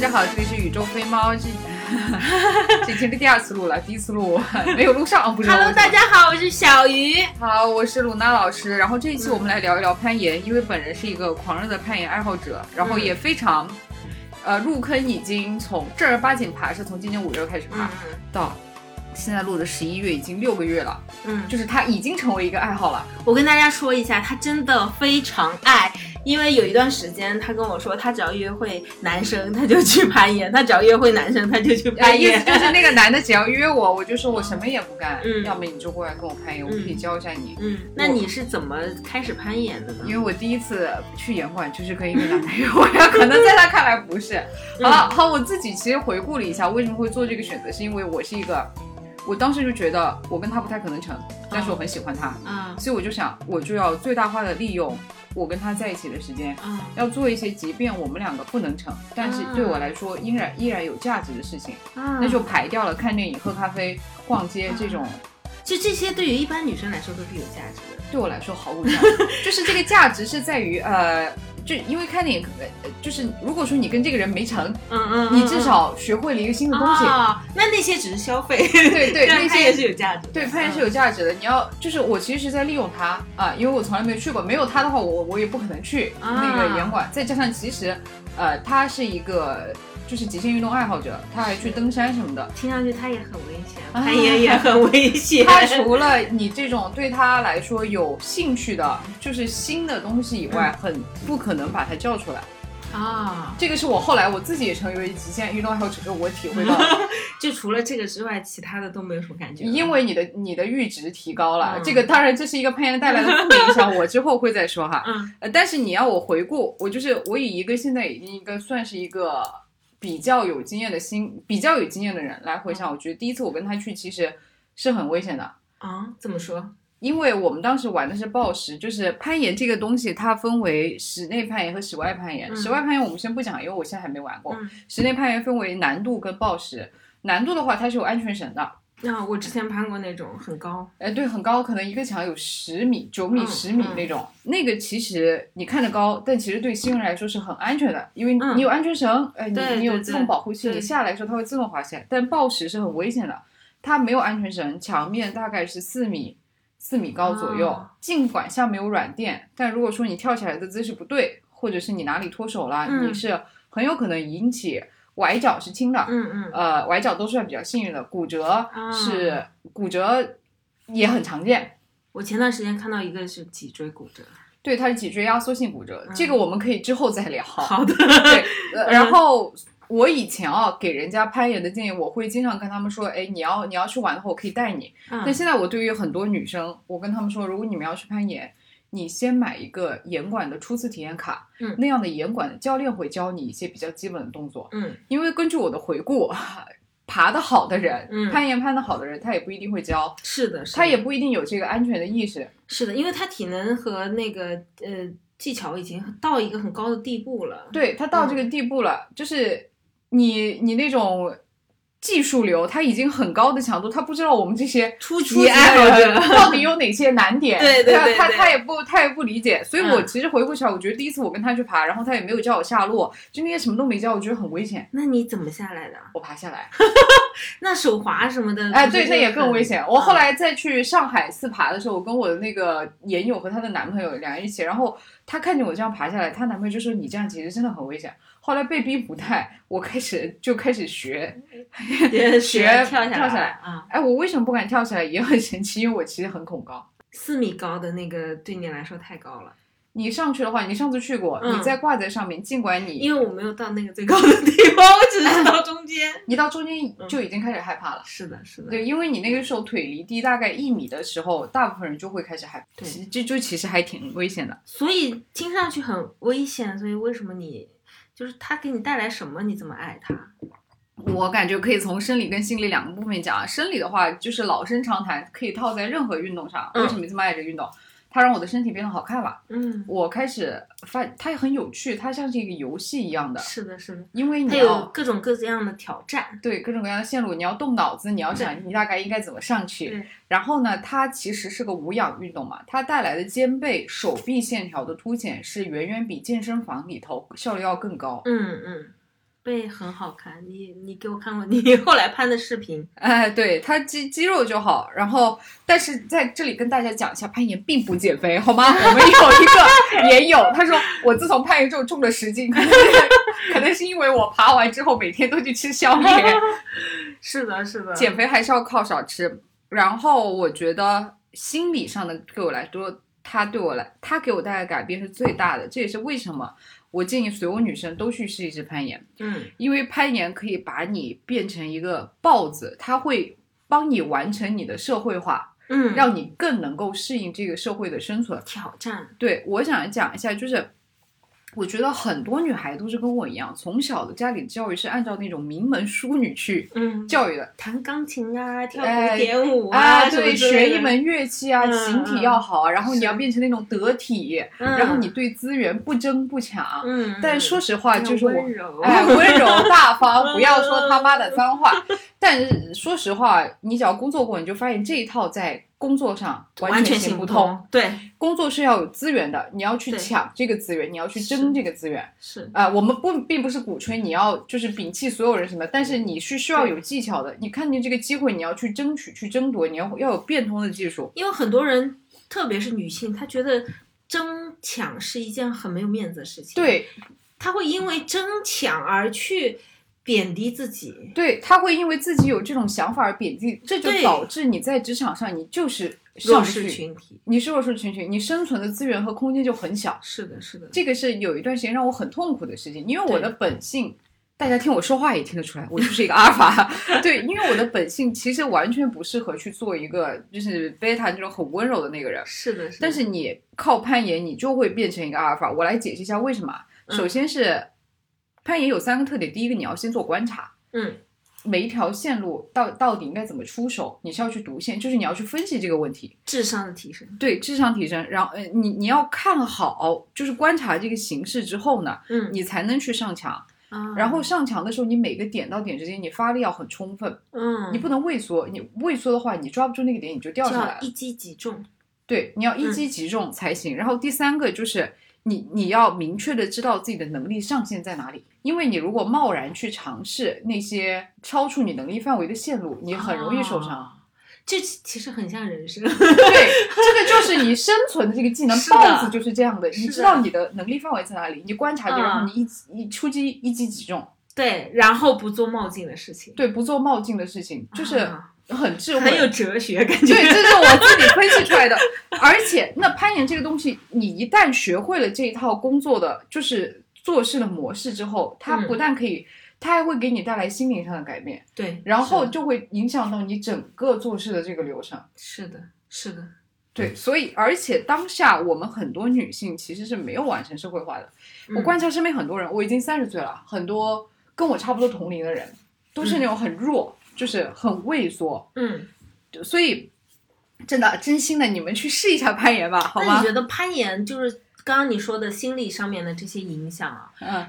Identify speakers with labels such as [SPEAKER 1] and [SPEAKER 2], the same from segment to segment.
[SPEAKER 1] 家好，这里是宇宙飞猫，这 这已经是第二次录了，第一次录 没有录 上，不是。
[SPEAKER 2] Hello，大家好，我是小鱼。
[SPEAKER 1] 好，我是鲁娜老师。然后这一期我们来聊一聊攀岩，因为本人是一个狂热的攀岩爱好者，然
[SPEAKER 2] 嗯
[SPEAKER 1] 后也非常，呃，入坑已经从正儿八经爬是从今年五月开始爬、到现在录的十一月，已经六个月了，
[SPEAKER 2] 嗯，
[SPEAKER 1] 就是它已经成为一个爱好了。
[SPEAKER 2] 我跟大家说一下，他真的非常爱，因为有一段时间他跟我说，他只要约会男生他就去攀岩，他只要约会男生他就去
[SPEAKER 1] 哎，
[SPEAKER 2] 攀
[SPEAKER 1] 意思
[SPEAKER 2] 岩。
[SPEAKER 1] 就是那个男的只要约我，我就说我什么也不干，
[SPEAKER 2] 嗯
[SPEAKER 1] 要么你就过来跟我攀岩，我可以教一下你。
[SPEAKER 2] 嗯，那你是怎么开始攀岩的呢
[SPEAKER 1] 因？为我第一次去岩馆就是跟一个男朋友，然后可能在他看来不是。好了，好，我自己其实回顾了一下，为什么会做这个选择，是因为我是一个，我当时就觉得我跟他不太可能成，但是我很喜欢他，
[SPEAKER 2] 嗯
[SPEAKER 1] 所以我就想，我就要最大化的利用我跟他在一起的时间，
[SPEAKER 2] 嗯
[SPEAKER 1] 要做一些即便我们两个不能成，但是对我来说依然依然有价值的事情，
[SPEAKER 2] 嗯，
[SPEAKER 1] 那就排掉了看电影、喝咖啡、逛街这种
[SPEAKER 2] 就这些对于一般女生来说都是有价值的。
[SPEAKER 1] 对我来说毫无价值，就是这个价值是在于呃，就因为看电影，呃就是如果说你跟这个人没成，
[SPEAKER 2] 嗯嗯
[SPEAKER 1] 你至少学会了一个新的东西，
[SPEAKER 2] 啊，那那些只是消费，
[SPEAKER 1] 对对，
[SPEAKER 2] 但
[SPEAKER 1] 那
[SPEAKER 2] 攀岩是
[SPEAKER 1] 些。
[SPEAKER 2] 有价值的。
[SPEAKER 1] 对，攀岩是
[SPEAKER 2] 有
[SPEAKER 1] 有价值的。你要就是我其实是在利用它啊，因为我从来没去过，没有它的话，我我也不可能去那
[SPEAKER 2] 啊
[SPEAKER 1] 个岩馆。再加上其实，呃，他是一个就是极限运动爱好者，他还去登山什么的。
[SPEAKER 2] 听上去他也很危险，
[SPEAKER 1] 啊
[SPEAKER 2] 攀岩也很危险。
[SPEAKER 1] 他除了你这种对他来说有兴趣的，就是新的东西以外，
[SPEAKER 2] 嗯
[SPEAKER 1] 很不可能把他叫出来。
[SPEAKER 2] 啊，
[SPEAKER 1] 这个是我后来我自己也成为极限运动爱好者，我体会到，
[SPEAKER 2] 就除了这个之外，其他的都没有什么感觉了。
[SPEAKER 1] 因为你的你的阈值提高了，
[SPEAKER 2] 嗯
[SPEAKER 1] 这个当然这是一个攀岩带来的负面影响，我之后会再说哈。
[SPEAKER 2] 嗯
[SPEAKER 1] 呃，但是你要我回顾，我就是我以一个现在已经一个算是一个比较有经验的新比较有经验的人来回
[SPEAKER 2] 嗯
[SPEAKER 1] 想，我觉得第一次我跟他去其实是很危险的，
[SPEAKER 2] 啊，怎么说？
[SPEAKER 1] 因为我们当时玩的是暴食，就是攀岩这个东西，它分为室内攀岩和室外攀岩。
[SPEAKER 2] 嗯
[SPEAKER 1] 室外攀岩我们先不讲，因为我现在还没玩过。
[SPEAKER 2] 嗯
[SPEAKER 1] 室内攀岩分为难度跟暴食。难度的话，它是有安全绳的，
[SPEAKER 2] 那、我之前攀过那种很高，
[SPEAKER 1] 哎，对，很高，可能一个墙有十米、九米、
[SPEAKER 2] 嗯
[SPEAKER 1] 十米
[SPEAKER 2] 嗯
[SPEAKER 1] 那种。那个其实你看着高，但其实对新人来说是很安全的，因为
[SPEAKER 2] 嗯
[SPEAKER 1] 你有安全绳，哎，你
[SPEAKER 2] 对
[SPEAKER 1] 你有
[SPEAKER 2] 对
[SPEAKER 1] 自动保护器，
[SPEAKER 2] 对
[SPEAKER 1] 你下来的时候它会自动滑下来。但暴食是很危险的，它没有安全绳，墙面大概是四米。四米高左右，
[SPEAKER 2] 啊
[SPEAKER 1] 尽管下面有软垫，但如果说你跳起来的姿势不对，或者是你哪里脱手了，
[SPEAKER 2] 嗯
[SPEAKER 1] 你是很有可能引起崴脚是轻的，
[SPEAKER 2] 嗯嗯，
[SPEAKER 1] 呃，崴脚都算比较幸运的，骨折是、骨折也很常见。
[SPEAKER 2] 我前段时间看到一个是脊椎骨折，
[SPEAKER 1] 对，它是脊椎压缩性骨折，
[SPEAKER 2] 嗯
[SPEAKER 1] 这个我们可以之后再聊。
[SPEAKER 2] 的，
[SPEAKER 1] 对，呃然后我以前啊给人家攀岩的建议，我会经常跟他们说，哎，你要你要去玩的话，我可以带你。但
[SPEAKER 2] 嗯
[SPEAKER 1] 现在我对于很多女生，我跟他们说，如果你们要去攀岩，你先买一个岩馆的初次体验卡，
[SPEAKER 2] 嗯
[SPEAKER 1] 那样的岩馆的教练会教你一些比较基本的动作。
[SPEAKER 2] 嗯
[SPEAKER 1] 因为根据我的回顾， 爬得好的人，
[SPEAKER 2] 嗯
[SPEAKER 1] 攀岩攀得好的人，他也不一定会教，
[SPEAKER 2] 是的，是嗯的
[SPEAKER 1] 他也不一定有这个安全的意识。
[SPEAKER 2] 是的，因为他体能和那个呃技巧已经到一个很高的地步了。
[SPEAKER 1] 对他到这个地步了，就是你你那种技术流，他已经很高的强度，他不知道我们这些
[SPEAKER 2] 初初
[SPEAKER 1] 极
[SPEAKER 2] 级
[SPEAKER 1] 爱
[SPEAKER 2] 爱
[SPEAKER 1] 好
[SPEAKER 2] 好
[SPEAKER 1] 者
[SPEAKER 2] 者，
[SPEAKER 1] 到底有哪些难 点。
[SPEAKER 2] 对对对
[SPEAKER 1] 他他
[SPEAKER 2] 对
[SPEAKER 1] 他也不他也不理解，所以我
[SPEAKER 2] 嗯
[SPEAKER 1] 其实回顾起来，我觉得第一次我跟他去爬，然后他也没有教我下落，就那些什么都没教，我觉得很危险。
[SPEAKER 2] 那你怎么下来的？
[SPEAKER 1] 我爬下来，
[SPEAKER 2] 那手滑什么的，
[SPEAKER 1] 哎，
[SPEAKER 2] 不是
[SPEAKER 1] 对，
[SPEAKER 2] 就
[SPEAKER 1] 那也更
[SPEAKER 2] 很
[SPEAKER 1] 危。险。我后来再去上海四爬的时候，我跟我的那个研友和她的男朋友两人一起，然后她看见我这样爬下来，她男朋友就说你这样其实真的很危险。后来被逼不带，我开始就开始学。
[SPEAKER 2] 学
[SPEAKER 1] 学
[SPEAKER 2] 跳
[SPEAKER 1] 跳下
[SPEAKER 2] 来
[SPEAKER 1] 来
[SPEAKER 2] 啊，
[SPEAKER 1] 哎，我为什么不敢跳起来也很神奇，因为我其实很恐高。
[SPEAKER 2] 四米高的那个对你来说太高了，
[SPEAKER 1] 你上去的话，你上次去过，
[SPEAKER 2] 嗯
[SPEAKER 1] 你再挂在上面，尽管你
[SPEAKER 2] 因为我没有到那个最高的地方，我只是到 中间。
[SPEAKER 1] 你到中间
[SPEAKER 2] 嗯
[SPEAKER 1] 就已经开始害怕了。
[SPEAKER 2] 是的，是的，
[SPEAKER 1] 对，因为你那个时候腿离地大概一米的时候，大部分人就会开始害怕，
[SPEAKER 2] 对
[SPEAKER 1] 其这就其实还挺危险的。
[SPEAKER 2] 所以听上去很危险，所以为什么你就是他给你带来什么，你怎么爱他？
[SPEAKER 1] 我感觉可以从生理跟心理两个部分讲。啊生理的话，就是老生常谈，可以套在任何运动上。
[SPEAKER 2] 嗯
[SPEAKER 1] 为什么这么爱这个运动？它让我的身体变得好看了。
[SPEAKER 2] 嗯，
[SPEAKER 1] 我开始发，它也很有趣，它像是一个游戏一样的，
[SPEAKER 2] 是的，是的，
[SPEAKER 1] 因为
[SPEAKER 2] 他
[SPEAKER 1] 你
[SPEAKER 2] 有
[SPEAKER 1] 要
[SPEAKER 2] 各种各样的挑战。
[SPEAKER 1] 对各种各样的线路，你要动脑子，你要想你大概应该怎么上去
[SPEAKER 2] 对。
[SPEAKER 1] 然后呢，它其实是个无氧运动嘛，它带来的肩背、手臂线条的凸显是远远比健身房里头效率要更高。
[SPEAKER 2] 嗯嗯，背很好看，你你给我看过 你后来拍的视频，
[SPEAKER 1] 哎，对他肌肌肉就好，然后但是在这里跟大家讲一下，攀岩并不减肥，好吗？ 我们有一个也有，他说我自从攀岩之后重了十斤，可能是可能是因为我爬完之后每天都去吃宵夜，
[SPEAKER 2] 是的，是的，
[SPEAKER 1] 减肥还是要靠少吃。然后我觉得心理上的对我来说，他对我来他给我带来的改变是最大的，这也是为什么我建议所有女生都去试一试攀岩。
[SPEAKER 2] 嗯
[SPEAKER 1] 因为攀岩可以把你变成一个豹子，它会帮你完成你的社会化，
[SPEAKER 2] 嗯，
[SPEAKER 1] 让你更能够适应这个社会的生存。
[SPEAKER 2] 挑战，
[SPEAKER 1] 对我想讲一下，就是我觉得很多女孩都是跟我一样，从小的家里的教育是按照那种名门淑女去
[SPEAKER 2] 嗯，
[SPEAKER 1] 教育的。
[SPEAKER 2] 弹钢琴啊，跳
[SPEAKER 1] 哎
[SPEAKER 2] 古典舞
[SPEAKER 1] 啊，
[SPEAKER 2] 什么
[SPEAKER 1] 对，
[SPEAKER 2] 之类
[SPEAKER 1] 学
[SPEAKER 2] 的
[SPEAKER 1] 一，门乐器啊，
[SPEAKER 2] 嗯
[SPEAKER 1] 形体要好，啊然后你要变成那种得体，
[SPEAKER 2] 嗯
[SPEAKER 1] 然后你，对资源不争不抢。
[SPEAKER 2] 嗯，
[SPEAKER 1] 但说实话，
[SPEAKER 2] 要
[SPEAKER 1] 就是我
[SPEAKER 2] 温柔，
[SPEAKER 1] 哎，温 柔大方，不要说他妈的脏话。但是说实话，你只要工作过，你就发现这一套在工作上
[SPEAKER 2] 完
[SPEAKER 1] 全
[SPEAKER 2] 行
[SPEAKER 1] 不通。
[SPEAKER 2] 通，对，
[SPEAKER 1] 工作是要有资源的，你要去
[SPEAKER 2] 对
[SPEAKER 1] 抢这个资源，你要去
[SPEAKER 2] 是
[SPEAKER 1] 争这个资源。
[SPEAKER 2] 是，
[SPEAKER 1] 啊、我们不并不是鼓吹你要就是摒弃所有人什么，但是你是需要有技巧的。你看见这个机会，你要去争取、去争夺，你要要有变通的技术。
[SPEAKER 2] 因为很多人，特别是女性，她觉得争抢是一件很没有面子的事情，，
[SPEAKER 1] 对
[SPEAKER 2] 她会因为争抢而去贬低自己，
[SPEAKER 1] 对，他会因为自己有这种想法而贬低，这就
[SPEAKER 2] 对
[SPEAKER 1] 导致你在职场上你就是上
[SPEAKER 2] 弱
[SPEAKER 1] 不
[SPEAKER 2] 势
[SPEAKER 1] 去
[SPEAKER 2] 群体。
[SPEAKER 1] 你是弱势群体，你生存的资源和空间就很小。
[SPEAKER 2] 是的，是的，
[SPEAKER 1] 这个是有一段时间让我很痛苦的事情，因为我的本性，大家听我说话也听得出来，我就是一个阿尔 法。对，因为我的本性其实完全不适合去做一个就是贝塔这种很温柔的那个人，
[SPEAKER 2] 是的，是的。
[SPEAKER 1] 但是你靠攀岩，你就会变成一个阿尔法。我来解释一下为什么啊。
[SPEAKER 2] 嗯
[SPEAKER 1] 首先是攀岩有三个特点，第一个你要先做观察，
[SPEAKER 2] 嗯，
[SPEAKER 1] 每一条线路到到底应该怎么出手，你是要去读线，就是你要去分析这个问题。
[SPEAKER 2] 智商的提升，
[SPEAKER 1] 对智商提升，然后呃，你你要看好，就是观察这个形势之后呢，
[SPEAKER 2] 嗯，
[SPEAKER 1] 你才能去上墙。
[SPEAKER 2] 啊
[SPEAKER 1] 然后上墙的时候，你每个点到点之间，你发力要很充分，
[SPEAKER 2] 嗯，
[SPEAKER 1] 你不能畏缩。你畏缩的话，你抓不住那个点，你就掉
[SPEAKER 2] 就
[SPEAKER 1] 下
[SPEAKER 2] 要
[SPEAKER 1] 来了。
[SPEAKER 2] 一嗯击即中，
[SPEAKER 1] 对，你要一击即中才行。然后第三个就是你你要明确的知道自己的能力上限在哪里，因为你如果贸然去尝试那些超出你能力范围的线路，你很容易受伤。
[SPEAKER 2] 啊。这其其实很像人生，
[SPEAKER 1] 对，这个就是你生存的这个技能，
[SPEAKER 2] 是的
[SPEAKER 1] 豹子就是这样的。你
[SPEAKER 2] 是
[SPEAKER 1] 知
[SPEAKER 2] 的
[SPEAKER 1] 道你的能力范围在哪里，你观察别人，
[SPEAKER 2] 嗯
[SPEAKER 1] 你一一出击一击即中。
[SPEAKER 2] 对，然后不做冒进的事情，
[SPEAKER 1] 对，不做冒进的事情，就是
[SPEAKER 2] 啊
[SPEAKER 1] 很智慧。
[SPEAKER 2] 很有哲学感觉。
[SPEAKER 1] 对，这是我自己分析出来的。而且，那攀岩这个东西，你一旦学会了这一套工作的，就是做事的模式之后，它
[SPEAKER 2] 嗯
[SPEAKER 1] 不但可以，它还会给你带来心灵上的改变，
[SPEAKER 2] 对，
[SPEAKER 1] 然后
[SPEAKER 2] 是的
[SPEAKER 1] 就会影响到你整个做事的这个流程。
[SPEAKER 2] 是的，是的，嗯
[SPEAKER 1] 对，所以而且当下我们很多女性其实是没有完成社会化的。我
[SPEAKER 2] 嗯
[SPEAKER 1] 观察身边很多人，我已经三十岁了，很多跟我差不多同龄的人都是那种很弱，就是很畏缩。
[SPEAKER 2] 嗯，
[SPEAKER 1] 所以真的真心的，你们去试一下攀岩吧，好
[SPEAKER 2] 那
[SPEAKER 1] 吗
[SPEAKER 2] 你？觉得攀岩就是刚刚你说的心理上面的这些影响啊？
[SPEAKER 1] 嗯，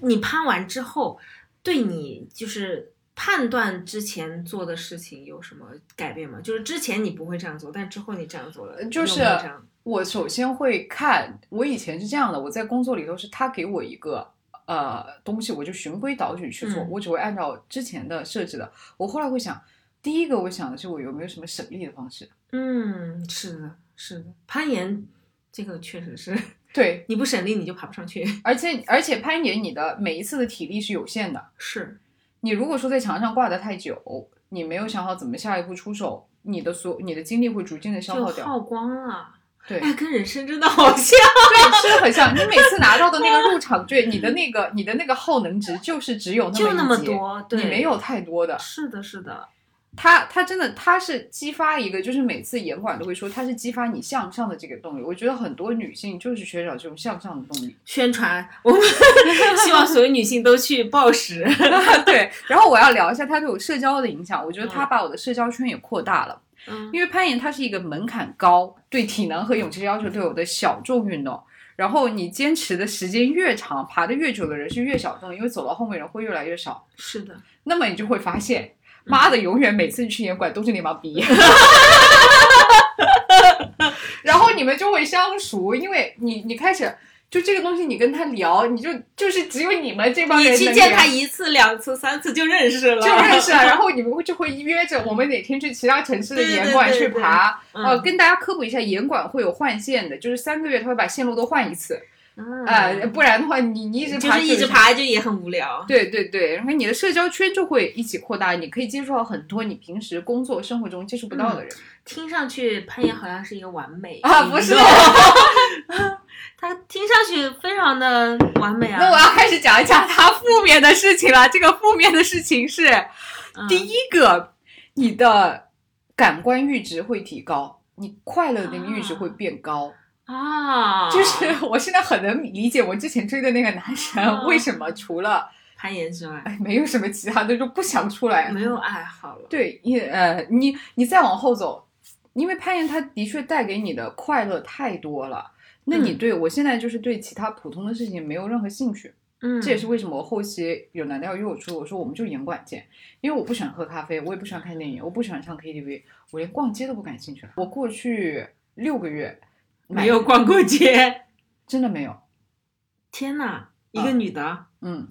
[SPEAKER 2] 你攀完之后，对你就是判断之前做的事情有什么改变吗？就是之前你不会这样做，但之后你这样做了，
[SPEAKER 1] 就是
[SPEAKER 2] 有没有这样
[SPEAKER 1] 我首先会看，我以前是这样的，我在工作里头是他给我一个。呃，东西我就循规蹈矩去做，
[SPEAKER 2] 嗯
[SPEAKER 1] 我只会按照之前的设置的。我后来会想，第一个我想的是我有没有什么省力的方式，
[SPEAKER 2] 嗯，是的，是的，攀岩这个确实是，
[SPEAKER 1] 对，
[SPEAKER 2] 你不省力你就爬不上去。
[SPEAKER 1] 而且而且攀岩，你的每一次的体力是有限的。
[SPEAKER 2] 是，
[SPEAKER 1] 你如果说在墙上挂得太久，你没有想好怎么下一步出手，你的所你的精力会逐渐的消
[SPEAKER 2] 就
[SPEAKER 1] 耗掉。
[SPEAKER 2] 耗光了。
[SPEAKER 1] 对
[SPEAKER 2] 哎，跟人生真的 好 像。
[SPEAKER 1] 对，是很像。你每次拿到的那个入场券，你的那个你的那个耗能值就是只有
[SPEAKER 2] 就那么
[SPEAKER 1] 一节
[SPEAKER 2] 多，对，
[SPEAKER 1] 你没。有太多的。
[SPEAKER 2] 是的，是的，
[SPEAKER 1] 它它真的它是激发一个，就是每次严管都会说它是激发你向上的这个动力。我觉得很多女性就是缺少这种向上的动力。
[SPEAKER 2] 宣传我们 希望所有女性都去暴食。
[SPEAKER 1] 对，然后我要聊一下它对我社交的影响。我觉得它
[SPEAKER 2] 嗯
[SPEAKER 1] 把我的社交圈也扩大了。
[SPEAKER 2] 嗯
[SPEAKER 1] 因为攀岩它是一个门槛高、对体能和勇气的要求对我的小众运动。然后你坚持的时间越长，爬得越久的人是越小众，因为走到后面人会越来越少。
[SPEAKER 2] 是的，
[SPEAKER 1] 那么你就会发现，妈
[SPEAKER 2] 嗯
[SPEAKER 1] 的，永远每次去岩馆都是那帮逼。 然后你们就会相熟，因为你你开始就这个东西，你跟他聊，你就就是只有你们这帮人
[SPEAKER 2] 你去
[SPEAKER 1] 能
[SPEAKER 2] 见
[SPEAKER 1] 聊
[SPEAKER 2] 他一次、两次、三次就认识了，
[SPEAKER 1] 就认识了，然后你们就会约着我们哪天去其他城市的岩馆
[SPEAKER 2] 对
[SPEAKER 1] 去
[SPEAKER 2] 对对
[SPEAKER 1] 爬。
[SPEAKER 2] 嗯
[SPEAKER 1] 呃，跟大家科普一下，岩馆会有换线的，就是三个月他会把线路都换一次，
[SPEAKER 2] 嗯
[SPEAKER 1] 呃，不然的话你你一直
[SPEAKER 2] 就
[SPEAKER 1] 爬
[SPEAKER 2] 是一直
[SPEAKER 1] 去。
[SPEAKER 2] 爬就也很无聊。
[SPEAKER 1] 对对对，然后你的社交圈就会一起扩大，你可以接触到很多你平时工作生活中接触不到的人。
[SPEAKER 2] 听上去攀岩好像是一个完美
[SPEAKER 1] 啊不 是
[SPEAKER 2] 运动它听上去非常的完美啊。
[SPEAKER 1] 那我要开始讲一讲它负面的事情了。这个负面的事情是，
[SPEAKER 2] 嗯
[SPEAKER 1] 第一个，你的感官阈值会提高，你快乐的阈值会变高。
[SPEAKER 2] 啊，
[SPEAKER 1] 就是我现在很能理解我之前追的那个男
[SPEAKER 2] 啊
[SPEAKER 1] 神为什么除了
[SPEAKER 2] 攀岩之外
[SPEAKER 1] 哎没有什么其他的就不想出来。
[SPEAKER 2] 没有爱好了。
[SPEAKER 1] 对，你呃，你你再往后走，因为攀岩它的确带给你的快乐太多了。那你
[SPEAKER 2] 嗯
[SPEAKER 1] 对、我现在就是对其他普通的事情没有任何兴趣，
[SPEAKER 2] 嗯，
[SPEAKER 1] 这也是为什么我后期有男的要约我出，我说我们就严管见，因为我不喜欢喝咖啡，我也不喜欢看电影，我不喜欢上 KTV，我连逛街都不感兴趣了。我过去六个月买
[SPEAKER 2] 没有，逛过街。
[SPEAKER 1] 真的没有。
[SPEAKER 2] 天哪，一个女的
[SPEAKER 1] 嗯，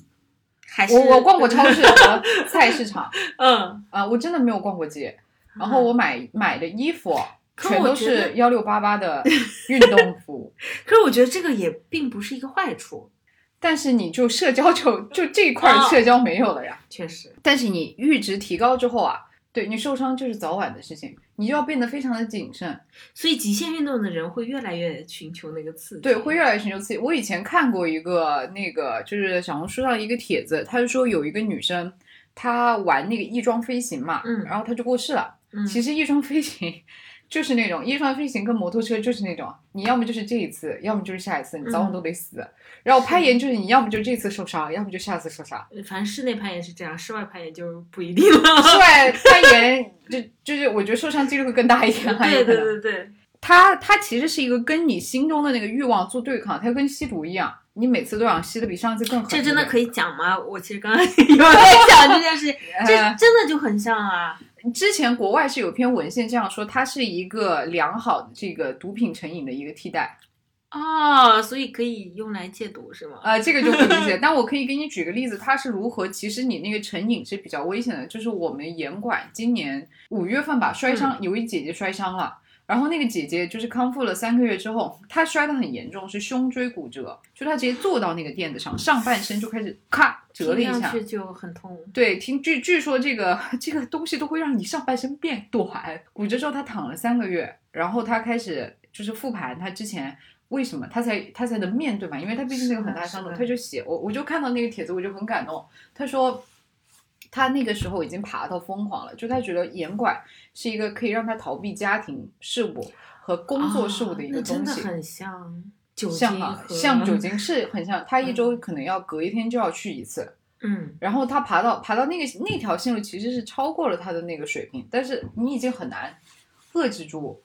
[SPEAKER 2] 还是
[SPEAKER 1] 我我逛过 超市和菜市场
[SPEAKER 2] 嗯，
[SPEAKER 1] 啊、我真的没有逛过街。然后我买买的衣服
[SPEAKER 2] 可
[SPEAKER 1] 全
[SPEAKER 2] 我
[SPEAKER 1] 都
[SPEAKER 2] 觉
[SPEAKER 1] 是
[SPEAKER 2] 得
[SPEAKER 1] 幺六八八 的运动服，
[SPEAKER 2] 可是我觉得这个也并不是一个坏处，
[SPEAKER 1] 但是你就社交就就这一块
[SPEAKER 2] 哦
[SPEAKER 1] 社交没有了呀。
[SPEAKER 2] 确实。
[SPEAKER 1] 但是你阈值提高之后啊，对你受伤就是早晚的事情，你就要变得非常的谨慎。
[SPEAKER 2] 所以极限运动的人会越来越寻求那个刺激，
[SPEAKER 1] 对，会越来越寻求刺激。我以前看过一个那个，就是小红书上一个帖子，他就说有一个女生，她玩那个翼装飞行嘛，
[SPEAKER 2] 嗯
[SPEAKER 1] 然后她就过世了。
[SPEAKER 2] 嗯
[SPEAKER 1] 其实翼装飞行就是那种翼装飞行跟摩托车就是那种，你要么就是这一次，要么就是下一次，你早晚
[SPEAKER 2] 嗯
[SPEAKER 1] 都得死。然后攀岩就是你要么就这次受伤，要么就下次受 伤。
[SPEAKER 2] 反正室内攀岩是这样，室外攀岩就不一定了。
[SPEAKER 1] 室外攀岩就就是我觉得受伤几率会更大一点，还有
[SPEAKER 2] 对
[SPEAKER 1] 可
[SPEAKER 2] 对
[SPEAKER 1] 能。
[SPEAKER 2] 对对，
[SPEAKER 1] 它它其实是一个跟你心中的那个欲望做对抗，它跟吸毒一样，你每次都想吸的比上次更狠。
[SPEAKER 2] 这真的
[SPEAKER 1] 以。
[SPEAKER 2] 可以讲吗？我其实刚 刚有在讲这件事情，
[SPEAKER 1] 呃
[SPEAKER 2] 这真的就很像啊。
[SPEAKER 1] 之前国外是有篇文献这样说，它是一个良好的这个毒品成瘾的一个替代。
[SPEAKER 2] 哦，所以可以用来戒毒是吗？
[SPEAKER 1] 呃，这个就不理解，但我可以给你举个例子，它是如何。其实你那个成瘾是比较危险的，就是我们严管今年五月份吧，摔
[SPEAKER 2] 嗯
[SPEAKER 1] 伤、有一姐姐摔伤了。然后那个姐姐就是康复了三个月之后，她摔得很严重，是胸椎骨折，就她直接坐到那个垫子上，上半身就开始咔折了一
[SPEAKER 2] 听
[SPEAKER 1] 下
[SPEAKER 2] 上。去就很痛。
[SPEAKER 1] 对，听据据说这个 这个东西都会让你上半身变短。骨折之后，他躺了三个月，然后他开始就是复盘他之前为什么他才他才能面对嘛，因为他毕竟是个很大伤痛。
[SPEAKER 2] 是的
[SPEAKER 1] 他就写我我就看到那个帖子，我就很感动。他说他那个时候已经爬到疯狂了，就他觉得严管是一个可以让他逃避家庭事务和 工作事务的一个
[SPEAKER 2] 哦那
[SPEAKER 1] 东
[SPEAKER 2] 真的
[SPEAKER 1] 西。
[SPEAKER 2] 很像酒精
[SPEAKER 1] 像啊，
[SPEAKER 2] 和
[SPEAKER 1] 像酒，精是很像，他一周可能要隔一天就要去一次，
[SPEAKER 2] 嗯，
[SPEAKER 1] 然后他爬到爬到那个那条线路，其实是超过了他的那个水平，但是你已经很难遏制住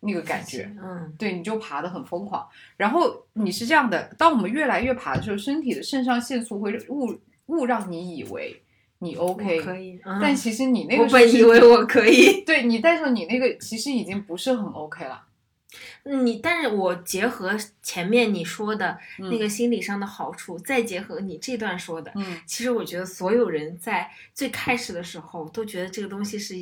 [SPEAKER 1] 那个感觉，
[SPEAKER 2] 嗯，
[SPEAKER 1] 对，你就爬得很疯狂。然后你是这样的，当我们越来越爬的时候，身体的肾上腺素会误误让你以为你
[SPEAKER 2] 我可
[SPEAKER 1] OK，
[SPEAKER 2] 以，嗯
[SPEAKER 1] 但其实你那
[SPEAKER 2] 我
[SPEAKER 1] 个时候
[SPEAKER 2] 本
[SPEAKER 1] 是
[SPEAKER 2] 以为我可以，
[SPEAKER 1] 对你，但是你那个其实已经不是很 OK 了。
[SPEAKER 2] 嗯你，但是我结合前面你说的
[SPEAKER 1] 嗯
[SPEAKER 2] 那个心理上的好处，再结合你这段说的，
[SPEAKER 1] 嗯，
[SPEAKER 2] 其实我觉得所有人在最开始的时候都觉得这个东西是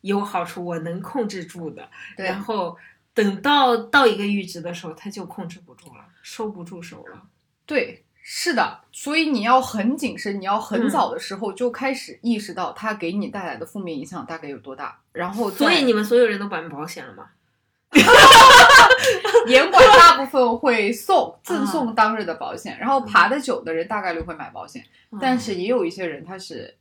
[SPEAKER 2] 有好处，我能控制住的。
[SPEAKER 1] 对
[SPEAKER 2] 然。后等到到一个阈值的时候，他就控制不住了，收不住手了。
[SPEAKER 1] 对，是的，所以你要很谨慎，你要很
[SPEAKER 2] 嗯
[SPEAKER 1] 早的时候就开始意识到它给你带来的负面影响大概有多大，然后
[SPEAKER 2] 所以
[SPEAKER 1] 再
[SPEAKER 2] 你们所有人都买保险了吗？
[SPEAKER 1] 严管大部分会送赠
[SPEAKER 2] 啊
[SPEAKER 1] 送当日的保险，然
[SPEAKER 2] 嗯
[SPEAKER 1] 后爬得久的人大概率会买保险，但是也有一些人他是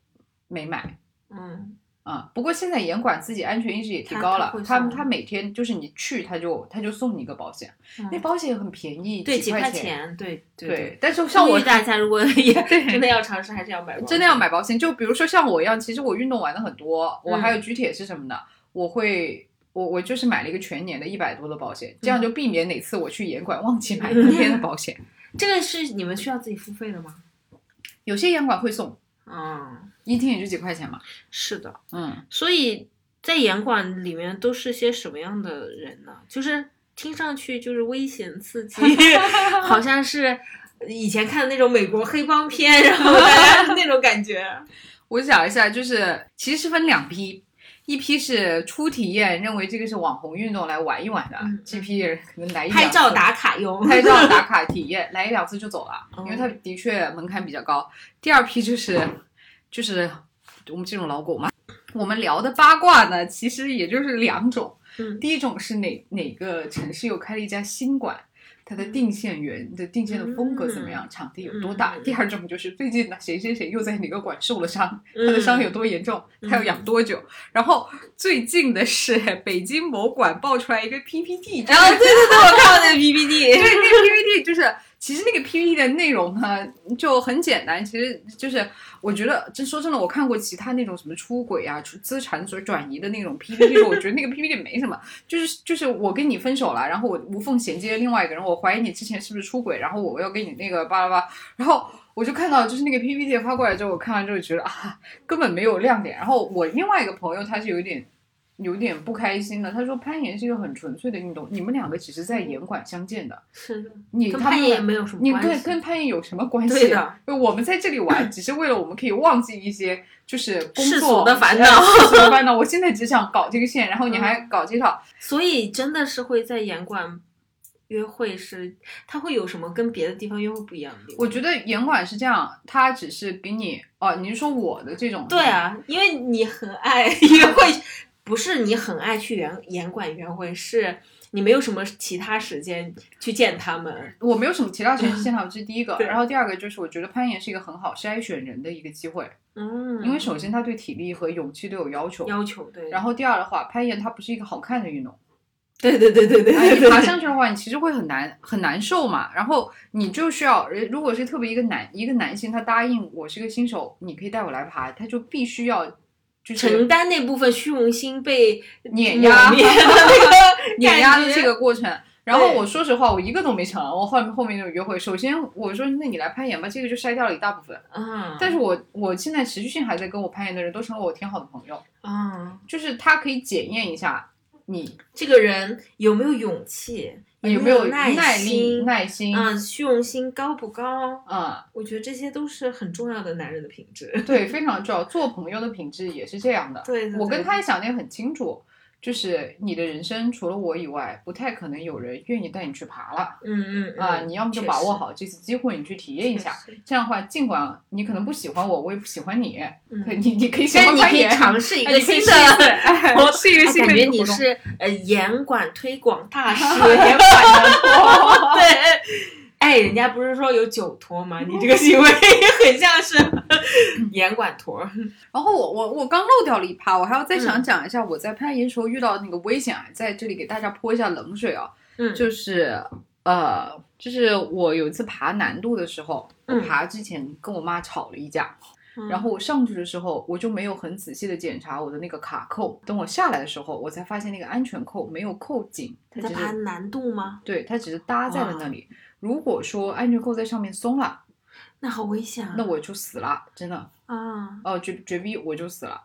[SPEAKER 1] 没买。
[SPEAKER 2] 嗯，
[SPEAKER 1] 啊、不过现在严管自己安全意识也提
[SPEAKER 2] 他
[SPEAKER 1] 高
[SPEAKER 2] 他
[SPEAKER 1] 了
[SPEAKER 2] 会，
[SPEAKER 1] 他
[SPEAKER 2] 送
[SPEAKER 1] 他每天就是你去他就他就送你一个保险，
[SPEAKER 2] 嗯，
[SPEAKER 1] 那保险也很便宜，
[SPEAKER 2] 对
[SPEAKER 1] 几
[SPEAKER 2] 几块
[SPEAKER 1] 钱，
[SPEAKER 2] 钱，对对
[SPEAKER 1] 对
[SPEAKER 2] 对。。
[SPEAKER 1] 但是像
[SPEAKER 2] 像
[SPEAKER 1] 我
[SPEAKER 2] 我大家如果也
[SPEAKER 1] 对
[SPEAKER 2] 真的要尝试，还是要买保险，
[SPEAKER 1] 真的要买保险，就比如说像我一样，其实我运动玩的很多，我
[SPEAKER 2] 嗯
[SPEAKER 1] 还有举铁是什么呢？我会，我我就是买了一个全年的一百多的保险，
[SPEAKER 2] 嗯
[SPEAKER 1] 这样就避免哪次我去严管忘记买当天的保险。
[SPEAKER 2] 这个是你们需要自己付费的吗？
[SPEAKER 1] 有些严管会送，
[SPEAKER 2] 嗯，
[SPEAKER 1] 一天也就几块钱嘛。
[SPEAKER 2] 是的。
[SPEAKER 1] 嗯，
[SPEAKER 2] 所以在严管里面都是些什么样的人呢？就是听上去就是危险刺激， 好像是以前看的那种美国黑帮片，然后大家那种感觉。
[SPEAKER 1] 我想一下，就是其实是分两批，一批是初体验，认为这个是网红运动来玩一玩的，
[SPEAKER 2] 嗯
[SPEAKER 1] 这批人可能来一
[SPEAKER 2] 拍
[SPEAKER 1] 两
[SPEAKER 2] 照
[SPEAKER 1] 次
[SPEAKER 2] 打卡用，
[SPEAKER 1] 拍照打 卡体验，来一两次就走了，
[SPEAKER 2] 哦
[SPEAKER 1] 因为它的确门槛比较高。第二批就是就是我们这种老狗嘛，我们聊的八卦呢，其实也就是两种，
[SPEAKER 2] 嗯
[SPEAKER 1] 第一种是哪哪个城市又开了一家新馆。它的定线员的定线的风格怎么样？场地有多大？
[SPEAKER 2] 嗯嗯
[SPEAKER 1] 第二种就是最近呢，谁谁谁又在哪个馆受了伤，
[SPEAKER 2] 嗯
[SPEAKER 1] 他的伤有多严重，他要养多久？然后最近的是北京某馆爆出来一个 PPT，
[SPEAKER 2] 然啊后对对对，我看到那个 PPT，
[SPEAKER 1] 对，那个 PPT 就是，其实那个 PPT 的内容呢就很简单，其实就是我觉得，真说真的，我看过其他那种什么出轨啊、出资产转转移的那种 PPT，的时候我觉得那个 PPT 没什么，就是就是我跟你分手了，然后我无缝衔接另外一个人，我怀疑你之前是不是出轨，然后我要跟你那个巴拉巴拉，然后。我就看到，就是那个 PPT 发过来之后，我看完之后觉得啊，根本没有亮点。然后我另外一个朋友他是有点有点不开心的，他说攀岩是一个很纯粹的运动，你们两个只是在岩馆相见的，
[SPEAKER 2] 是的，
[SPEAKER 1] 你
[SPEAKER 2] 跟
[SPEAKER 1] 他
[SPEAKER 2] 攀
[SPEAKER 1] 们
[SPEAKER 2] 岩也没有什么
[SPEAKER 1] 你
[SPEAKER 2] 关
[SPEAKER 1] 跟
[SPEAKER 2] 系。
[SPEAKER 1] 跟攀岩有什么关系？
[SPEAKER 2] 对的，
[SPEAKER 1] 我们在这里 玩，只是为了我们可以忘记一些就是工
[SPEAKER 2] 世
[SPEAKER 1] 作
[SPEAKER 2] 俗的烦恼
[SPEAKER 1] 呃世俗的烦恼。我现在只想搞这个线，然后你
[SPEAKER 2] 嗯
[SPEAKER 1] 还搞这套，
[SPEAKER 2] 所以真的是会在严管约会是，它会有什么跟别的地方约会不一样的地方？
[SPEAKER 1] 我觉得严管是这样，他只是给你哦、你是说我的这种
[SPEAKER 2] 对，
[SPEAKER 1] 嗯
[SPEAKER 2] 啊，因为你很爱 约会，不是你很爱去严严管约会，是你没有什么其他时间去见他们。
[SPEAKER 1] 我没有什么其他学 习现场，这是第一个。
[SPEAKER 2] 对
[SPEAKER 1] 然后第二个就是我觉得攀岩是一个很好筛选人的一个机会，
[SPEAKER 2] 嗯，
[SPEAKER 1] 因为首先他对体力和勇气都有要求，
[SPEAKER 2] 要求对，
[SPEAKER 1] 然
[SPEAKER 2] 后
[SPEAKER 1] 后第二的话，攀岩它不是一个好看的运动。
[SPEAKER 2] 对对对对对
[SPEAKER 1] 哎，
[SPEAKER 2] 对
[SPEAKER 1] 你
[SPEAKER 2] 对，
[SPEAKER 1] 爬上去的话，你其实会很难很难受嘛。然后你就需要，呃如果是特别一个男一个男性，他答应我是个新手，你可以带我来爬，他就必须要就是
[SPEAKER 2] 承担那部分虚荣心被
[SPEAKER 1] 碾压
[SPEAKER 2] 抹灭 的那个
[SPEAKER 1] 碾压的
[SPEAKER 2] 感觉
[SPEAKER 1] 这个过程。然后
[SPEAKER 2] 对
[SPEAKER 1] 我说实话，我一个都没成。我后面后面那种约会，首先我说那你来攀岩吧，这个就筛掉了一大部分。
[SPEAKER 2] 嗯，
[SPEAKER 1] 但是我我现在持续性还在跟我攀岩的人都成了我挺好的朋友，
[SPEAKER 2] 嗯，
[SPEAKER 1] 就是他可以检验一下你
[SPEAKER 2] 这个人有没有勇气，
[SPEAKER 1] 有没
[SPEAKER 2] 没
[SPEAKER 1] 有
[SPEAKER 2] 耐
[SPEAKER 1] 耐力、
[SPEAKER 2] 心，
[SPEAKER 1] 耐心。
[SPEAKER 2] 嗯，虚荣心高不高？
[SPEAKER 1] 嗯，
[SPEAKER 2] 我觉得这些都是很重要的男人的品质。
[SPEAKER 1] 对，非常重要。做朋友的品质也是这样的。
[SPEAKER 2] 对，对
[SPEAKER 1] 我跟
[SPEAKER 2] 对
[SPEAKER 1] 他也想的也很清楚，就是你的人生除了我以外，不太可能有人愿意带你去爬了
[SPEAKER 2] 嗯嗯嗯
[SPEAKER 1] 啊！你要么就把握好这次机会，你去体验一下。，这样的话，尽管你可能不喜欢我，我也不喜欢你，可
[SPEAKER 2] 嗯，
[SPEAKER 1] 你你可以喜
[SPEAKER 2] 但是
[SPEAKER 1] 欢
[SPEAKER 2] 你
[SPEAKER 1] 攀
[SPEAKER 2] 可以
[SPEAKER 1] 岩，
[SPEAKER 2] 尝试一
[SPEAKER 1] 哎
[SPEAKER 2] 个
[SPEAKER 1] 你可以
[SPEAKER 2] 新
[SPEAKER 1] 试
[SPEAKER 2] 的。
[SPEAKER 1] 一试哎
[SPEAKER 2] 我
[SPEAKER 1] 是一个新的
[SPEAKER 2] 哎感觉
[SPEAKER 1] 一个
[SPEAKER 2] 你
[SPEAKER 1] 活动
[SPEAKER 2] 是呃严管推广 大使，
[SPEAKER 1] 也反的。
[SPEAKER 2] 对，哎，人家不是说有酒托吗？你这个行为很像是 严管托，
[SPEAKER 1] 然后我我我刚漏掉了一趴，我还要再
[SPEAKER 2] 嗯
[SPEAKER 1] 想讲一下我在攀岩时候遇到的那个危险啊，在这里给大家泼一下冷水啊，
[SPEAKER 2] 嗯
[SPEAKER 1] 就是呃，就是我有一次爬难度的时候，
[SPEAKER 2] 嗯
[SPEAKER 1] 我爬之前跟我妈吵了一架，然后我上去的时候我就没有很仔细的检查我的那个卡扣，等我下来的时候，我才发现那个安全扣没有扣紧，它
[SPEAKER 2] 你
[SPEAKER 1] 只
[SPEAKER 2] 在爬
[SPEAKER 1] 是
[SPEAKER 2] 难度吗？
[SPEAKER 1] 对它只是搭在了
[SPEAKER 2] 哇
[SPEAKER 1] 那里。如果说安全扣在上面松了，
[SPEAKER 2] 那好危险啊！
[SPEAKER 1] 那我就死了，真的，
[SPEAKER 2] 啊，
[SPEAKER 1] 哦、绝绝逼我就死了。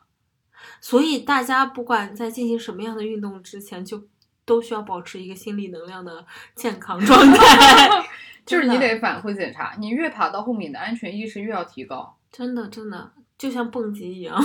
[SPEAKER 2] 所以大家不管在进行什么样的运动之前，就都需要保持一个心理能量的健康状态。
[SPEAKER 1] 就是你
[SPEAKER 2] 真的
[SPEAKER 1] 得反馈检查，你越爬到后面，你的安全意识越要提高。
[SPEAKER 2] 真的真的，就像蹦极一样。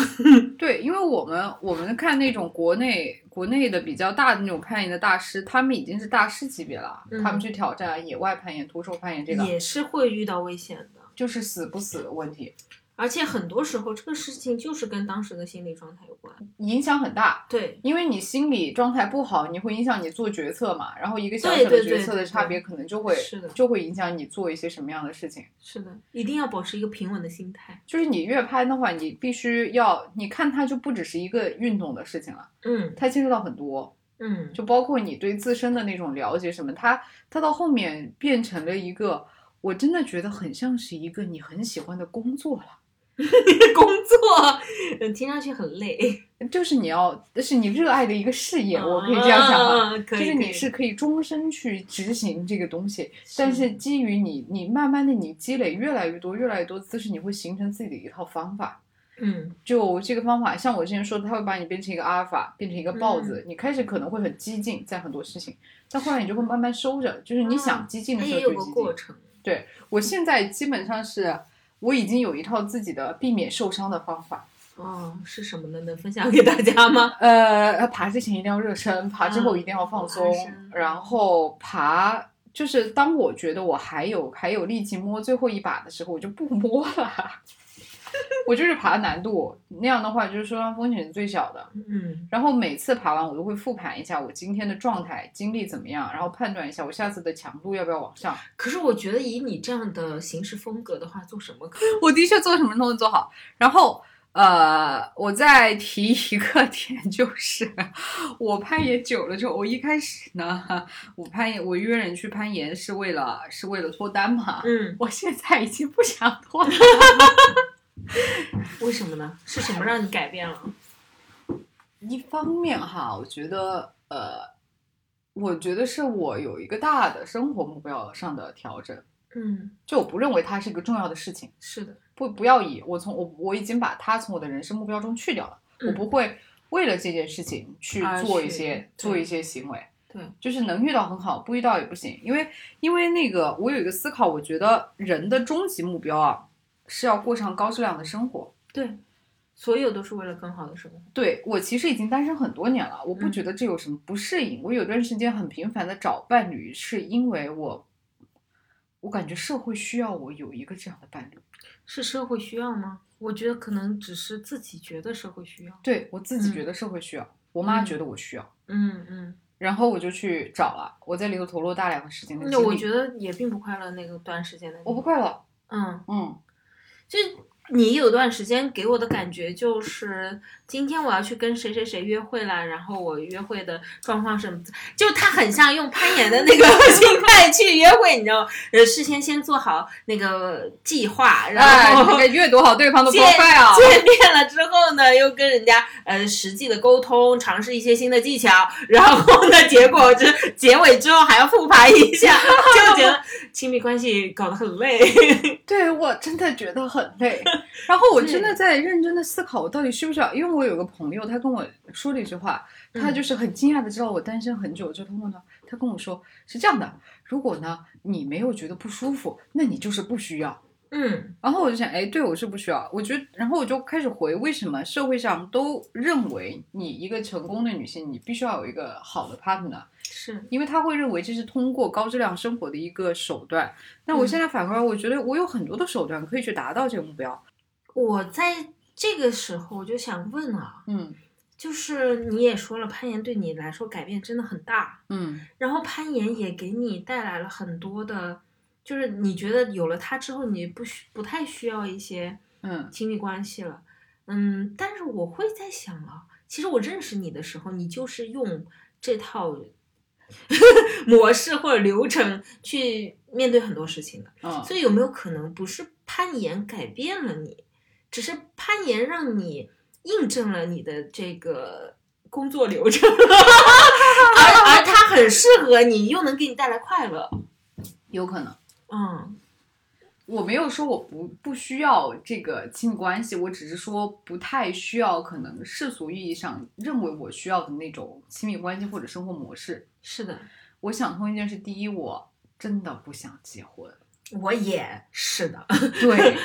[SPEAKER 1] 对，因为我们我们看那种国内国内的比较大的那种攀岩的大师，他们已经是大师级别了，
[SPEAKER 2] 嗯
[SPEAKER 1] 他们去挑战野外攀岩、徒手攀岩，这个
[SPEAKER 2] 也是会遇到危险的。
[SPEAKER 1] 就是死不死的问题，
[SPEAKER 2] 而且很多时候，这个事情就是跟当时的心理状态有关。
[SPEAKER 1] 影响很大。
[SPEAKER 2] 对，
[SPEAKER 1] 因为你心理状态不好，你会影响你做决策嘛，然后一个小小
[SPEAKER 2] 对
[SPEAKER 1] 的
[SPEAKER 2] 对
[SPEAKER 1] 决
[SPEAKER 2] 对
[SPEAKER 1] 策的
[SPEAKER 2] 对
[SPEAKER 1] 差
[SPEAKER 2] 对
[SPEAKER 1] 别，可能就会
[SPEAKER 2] 是的
[SPEAKER 1] 就会影响你做一些什么样的事情。
[SPEAKER 2] 是的，一定要保持一个平稳的心态。
[SPEAKER 1] 就是你越攀的话，你必须要，你看它就不只是一个运动的事情了，
[SPEAKER 2] 嗯
[SPEAKER 1] 它牵涉到很多。
[SPEAKER 2] 嗯，
[SPEAKER 1] 就包括你对自身的那种了解什么，它它到后面变成了一个，我真的觉得很像是一个你很喜欢的工作了。
[SPEAKER 2] 工作，嗯，听上去很累。
[SPEAKER 1] 就是你要，是你热爱的一个事业，我可以这样想吧，
[SPEAKER 2] 啊、
[SPEAKER 1] 就
[SPEAKER 2] 可以
[SPEAKER 1] 是
[SPEAKER 2] 可
[SPEAKER 1] 你
[SPEAKER 2] 以
[SPEAKER 1] 是可以终身去执行这个东西，但
[SPEAKER 2] 是
[SPEAKER 1] 是基于你，你慢慢的你积累越来越多、越来越多姿势，你会形成自己的一套方法。
[SPEAKER 2] 嗯
[SPEAKER 1] 就这个方法，像我之前说的，它会把你变成一个阿尔法，变成一个豹子。
[SPEAKER 2] 嗯
[SPEAKER 1] 你开始可能会很激进，在很多事情，但后来你就会慢慢收着，就是你想激进
[SPEAKER 2] 它
[SPEAKER 1] 的时
[SPEAKER 2] 嗯哎也
[SPEAKER 1] 候就
[SPEAKER 2] 有
[SPEAKER 1] 激
[SPEAKER 2] 个
[SPEAKER 1] 进。
[SPEAKER 2] 过程。嗯
[SPEAKER 1] 我现在基本上是，我已经有一套自己的避免受伤的方法。
[SPEAKER 2] 哦，是什么呢？能分享给大家吗？
[SPEAKER 1] 呃，爬之前一定要热身，爬之后一定要放松，
[SPEAKER 2] 嗯爬伸
[SPEAKER 1] 然后爬。就是当我觉得我还有还有力气摸最后一把的时候，我就不摸了， 我就是爬难度。那样的话，就是说风险是最小的。
[SPEAKER 2] 嗯
[SPEAKER 1] 然后每次爬完，我都会复盘一下我今天的状态、精力怎么样，然后判断一下我下次的强度要不要往上。，
[SPEAKER 2] 可是我觉得以你这样的行事风格的话，做什么可
[SPEAKER 1] 我的确做什么都能做好。然后，呃，我再提一个 点，就是我攀岩久了之后，我一开始呢，我攀岩，我约人去攀岩是为了是为了脱单嘛。
[SPEAKER 2] 嗯，
[SPEAKER 1] 我现在已经不想脱了，
[SPEAKER 2] 为什么呢？是什么让你改变了？
[SPEAKER 1] 一方面哈，我觉得呃，我觉得是我有一个大的生活目标上的调整。
[SPEAKER 2] 嗯，
[SPEAKER 1] 就我不认为它是一个重要的事情，
[SPEAKER 2] 是的，
[SPEAKER 1] 不不要以我从我我已经把它从我的人生目标中去掉了，
[SPEAKER 2] 嗯
[SPEAKER 1] 我不会为了这件事情去
[SPEAKER 2] 而
[SPEAKER 1] 做一
[SPEAKER 2] 去
[SPEAKER 1] 些
[SPEAKER 2] 对
[SPEAKER 1] 做一些行为，
[SPEAKER 2] 对，
[SPEAKER 1] 就是能遇到很好，不遇到也不行，因为因为那个我有一个思考，我觉得人的终极目标啊是要过上高质量的生活。
[SPEAKER 2] 对，所有都是为了更好的生活。
[SPEAKER 1] 对我其实已经单身很多年了，我不
[SPEAKER 2] 嗯
[SPEAKER 1] 觉得这有什么不适应。我有段时间很频繁的找伴侣，是因为我我感觉社会需要我有一个这样的伴侣。
[SPEAKER 2] 是社会需要吗？我觉得可能只是自己觉得社会需要。
[SPEAKER 1] 对我自己
[SPEAKER 2] 嗯
[SPEAKER 1] 觉得社会需要，我妈
[SPEAKER 2] 嗯
[SPEAKER 1] 觉得我需要，
[SPEAKER 2] 嗯嗯，
[SPEAKER 1] 然后我就去找了，我在里头投入大量的时间跟
[SPEAKER 2] 那
[SPEAKER 1] 精力。
[SPEAKER 2] 我觉得也并不快乐。那个段时间的你
[SPEAKER 1] 我不，快乐，
[SPEAKER 2] 嗯，
[SPEAKER 1] 嗯，
[SPEAKER 2] 就你有段时间给我的感觉就是，今天我要去跟谁谁谁约会啦，然后我约会的状况是什么，就他很像用攀岩的那个 心态去约会，你知道吗？呃，事先先做好那个计划，
[SPEAKER 1] 哎，
[SPEAKER 2] 然后、
[SPEAKER 1] 你这个阅读好对 方的
[SPEAKER 2] 见
[SPEAKER 1] profile 啊，
[SPEAKER 2] 见面了之后呢，又跟人家呃实际的沟通，尝试一些新的技巧，然后呢，结果就是结尾之后还要复盘一下， 就觉得亲密关系搞得很累。
[SPEAKER 1] 对我真的觉得很累。然后我真的在认真的思考，我到底需不需要？因为我有个朋友，他跟我说了一句话，
[SPEAKER 2] 嗯
[SPEAKER 1] 他就是很惊讶的知道我单身很久之后呢，他跟我说是这样的：如果呢你没有觉得不舒服，那你就是不需要。
[SPEAKER 2] 嗯
[SPEAKER 1] 然后我就想，哎，对我是不需要。我觉得，然后我就开始回，为什么社会上都认为你一个成功的女性，你必须要有一个好的 partner，
[SPEAKER 2] 是，
[SPEAKER 1] 因为他会认为这是通过高质量生活的一个手段。那我
[SPEAKER 2] 嗯
[SPEAKER 1] 现在反过来，我觉得我有很多的手段可以去达到这个目标。
[SPEAKER 2] 我在这个时候我就想问啊，
[SPEAKER 1] 嗯
[SPEAKER 2] 就是你也说了，攀岩对你来说改变真的很大，
[SPEAKER 1] 嗯，
[SPEAKER 2] 然后攀岩也给你带来了很多的，就是你觉得有了它之后，你不需不太需要一些
[SPEAKER 1] 嗯
[SPEAKER 2] 亲密关系了，嗯，但是我会在想啊，其实我认识你的时候，你就是用这套 模式或者流程去面对很多事情的。
[SPEAKER 1] 嗯，
[SPEAKER 2] 所以有没有可能不是攀岩改变了你，只是攀岩让你印证了你的这个工作流程， 而而它很适合你，又能给你带来快乐。
[SPEAKER 1] 有可能。
[SPEAKER 2] 嗯
[SPEAKER 1] 我没有说我不不需要这个亲密关系，我只是说不太需要，可能世俗意义上认为我需要的那种亲密关系或者生活模式。，
[SPEAKER 2] 是的，
[SPEAKER 1] 我想通一件事：第一，我真的不想结婚。
[SPEAKER 2] 我也是的。
[SPEAKER 1] 对，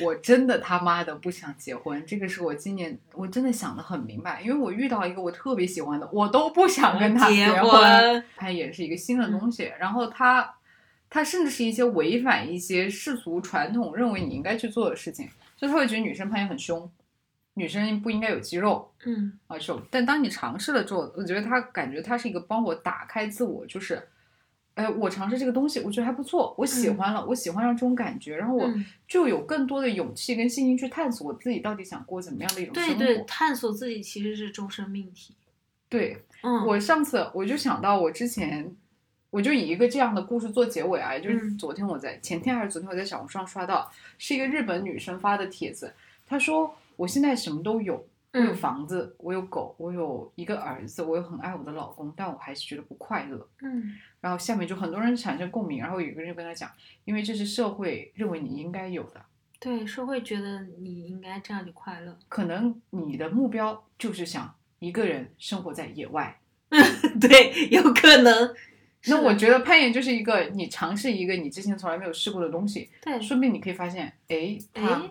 [SPEAKER 1] 我真的他妈的不想结婚。这个是我今年我真的想的很明白，因为我遇到一个我特别喜欢的，我都不想跟他
[SPEAKER 2] 结
[SPEAKER 1] 结
[SPEAKER 2] 婚
[SPEAKER 1] 它也是一个新的东西，然后它它甚至是一些违反一些世俗传统认为你应该去做的事情，就是会觉得女生攀岩很凶，女生不应该有肌肉，
[SPEAKER 2] 嗯
[SPEAKER 1] 啊，是，但当你尝试了之后，我觉得他感觉他是一个帮我打开自我，就是，哎，我尝试这个东西，我觉得还不错，我喜欢了，我喜欢上这种感觉，然后我
[SPEAKER 2] 嗯
[SPEAKER 1] 就有更多的勇气跟信心去探索我自己到底想过怎么样的一种生
[SPEAKER 2] 对
[SPEAKER 1] 活。
[SPEAKER 2] 对，探索自己其实是终身命题。
[SPEAKER 1] 对
[SPEAKER 2] 嗯，
[SPEAKER 1] 我上次我就想到我之前，我就以一个这样的故事做结尾啊，也就是
[SPEAKER 2] 嗯
[SPEAKER 1] 昨天我在、前天还是昨天我在小红书上刷到，是一个日本女生发的帖子，她说我现在什么都有，我有
[SPEAKER 2] 嗯
[SPEAKER 1] 房子，我有狗，我有一个儿子，我有很爱我的老公，但我还是觉得不快乐。
[SPEAKER 2] 嗯
[SPEAKER 1] 然后下面就很多人产生共鸣，然后有一个人就跟他讲，因为这是社会认为你应该有的，
[SPEAKER 2] 对，是会觉得你应该这样就快乐。
[SPEAKER 1] 可能你的目标就是想一个人生活在野外。
[SPEAKER 2] 对，有可能。是
[SPEAKER 1] 那
[SPEAKER 2] 的
[SPEAKER 1] 我觉得攀岩就是一个你尝试一个你之前从来没有试过的东西，
[SPEAKER 2] 对，
[SPEAKER 1] 说不定你可以发现，哎，它
[SPEAKER 2] 哎，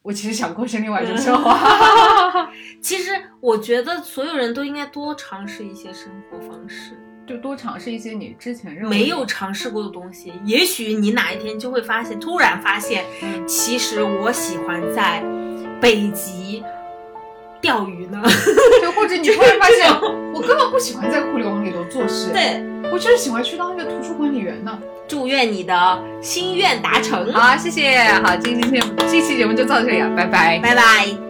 [SPEAKER 1] 我其实想过是另外一种生活。
[SPEAKER 2] 其实我觉得所有人都应该多尝试一些生活方式，
[SPEAKER 1] 就多尝试一些你之前认为
[SPEAKER 2] 没有尝试过的东西，也许你哪一天就会发现，突然发现，
[SPEAKER 1] 嗯
[SPEAKER 2] 其实我喜欢在北极钓鱼呢。
[SPEAKER 1] 对，或者你突然发现，我根本不喜欢在互联网里头做事，，
[SPEAKER 2] 对，
[SPEAKER 1] 我就是喜欢去当一个图书管理员呢。
[SPEAKER 2] 祝愿你的心愿达成，
[SPEAKER 1] 好，谢谢，好，今天今天这期节目就到这里了，拜拜，
[SPEAKER 2] 拜拜。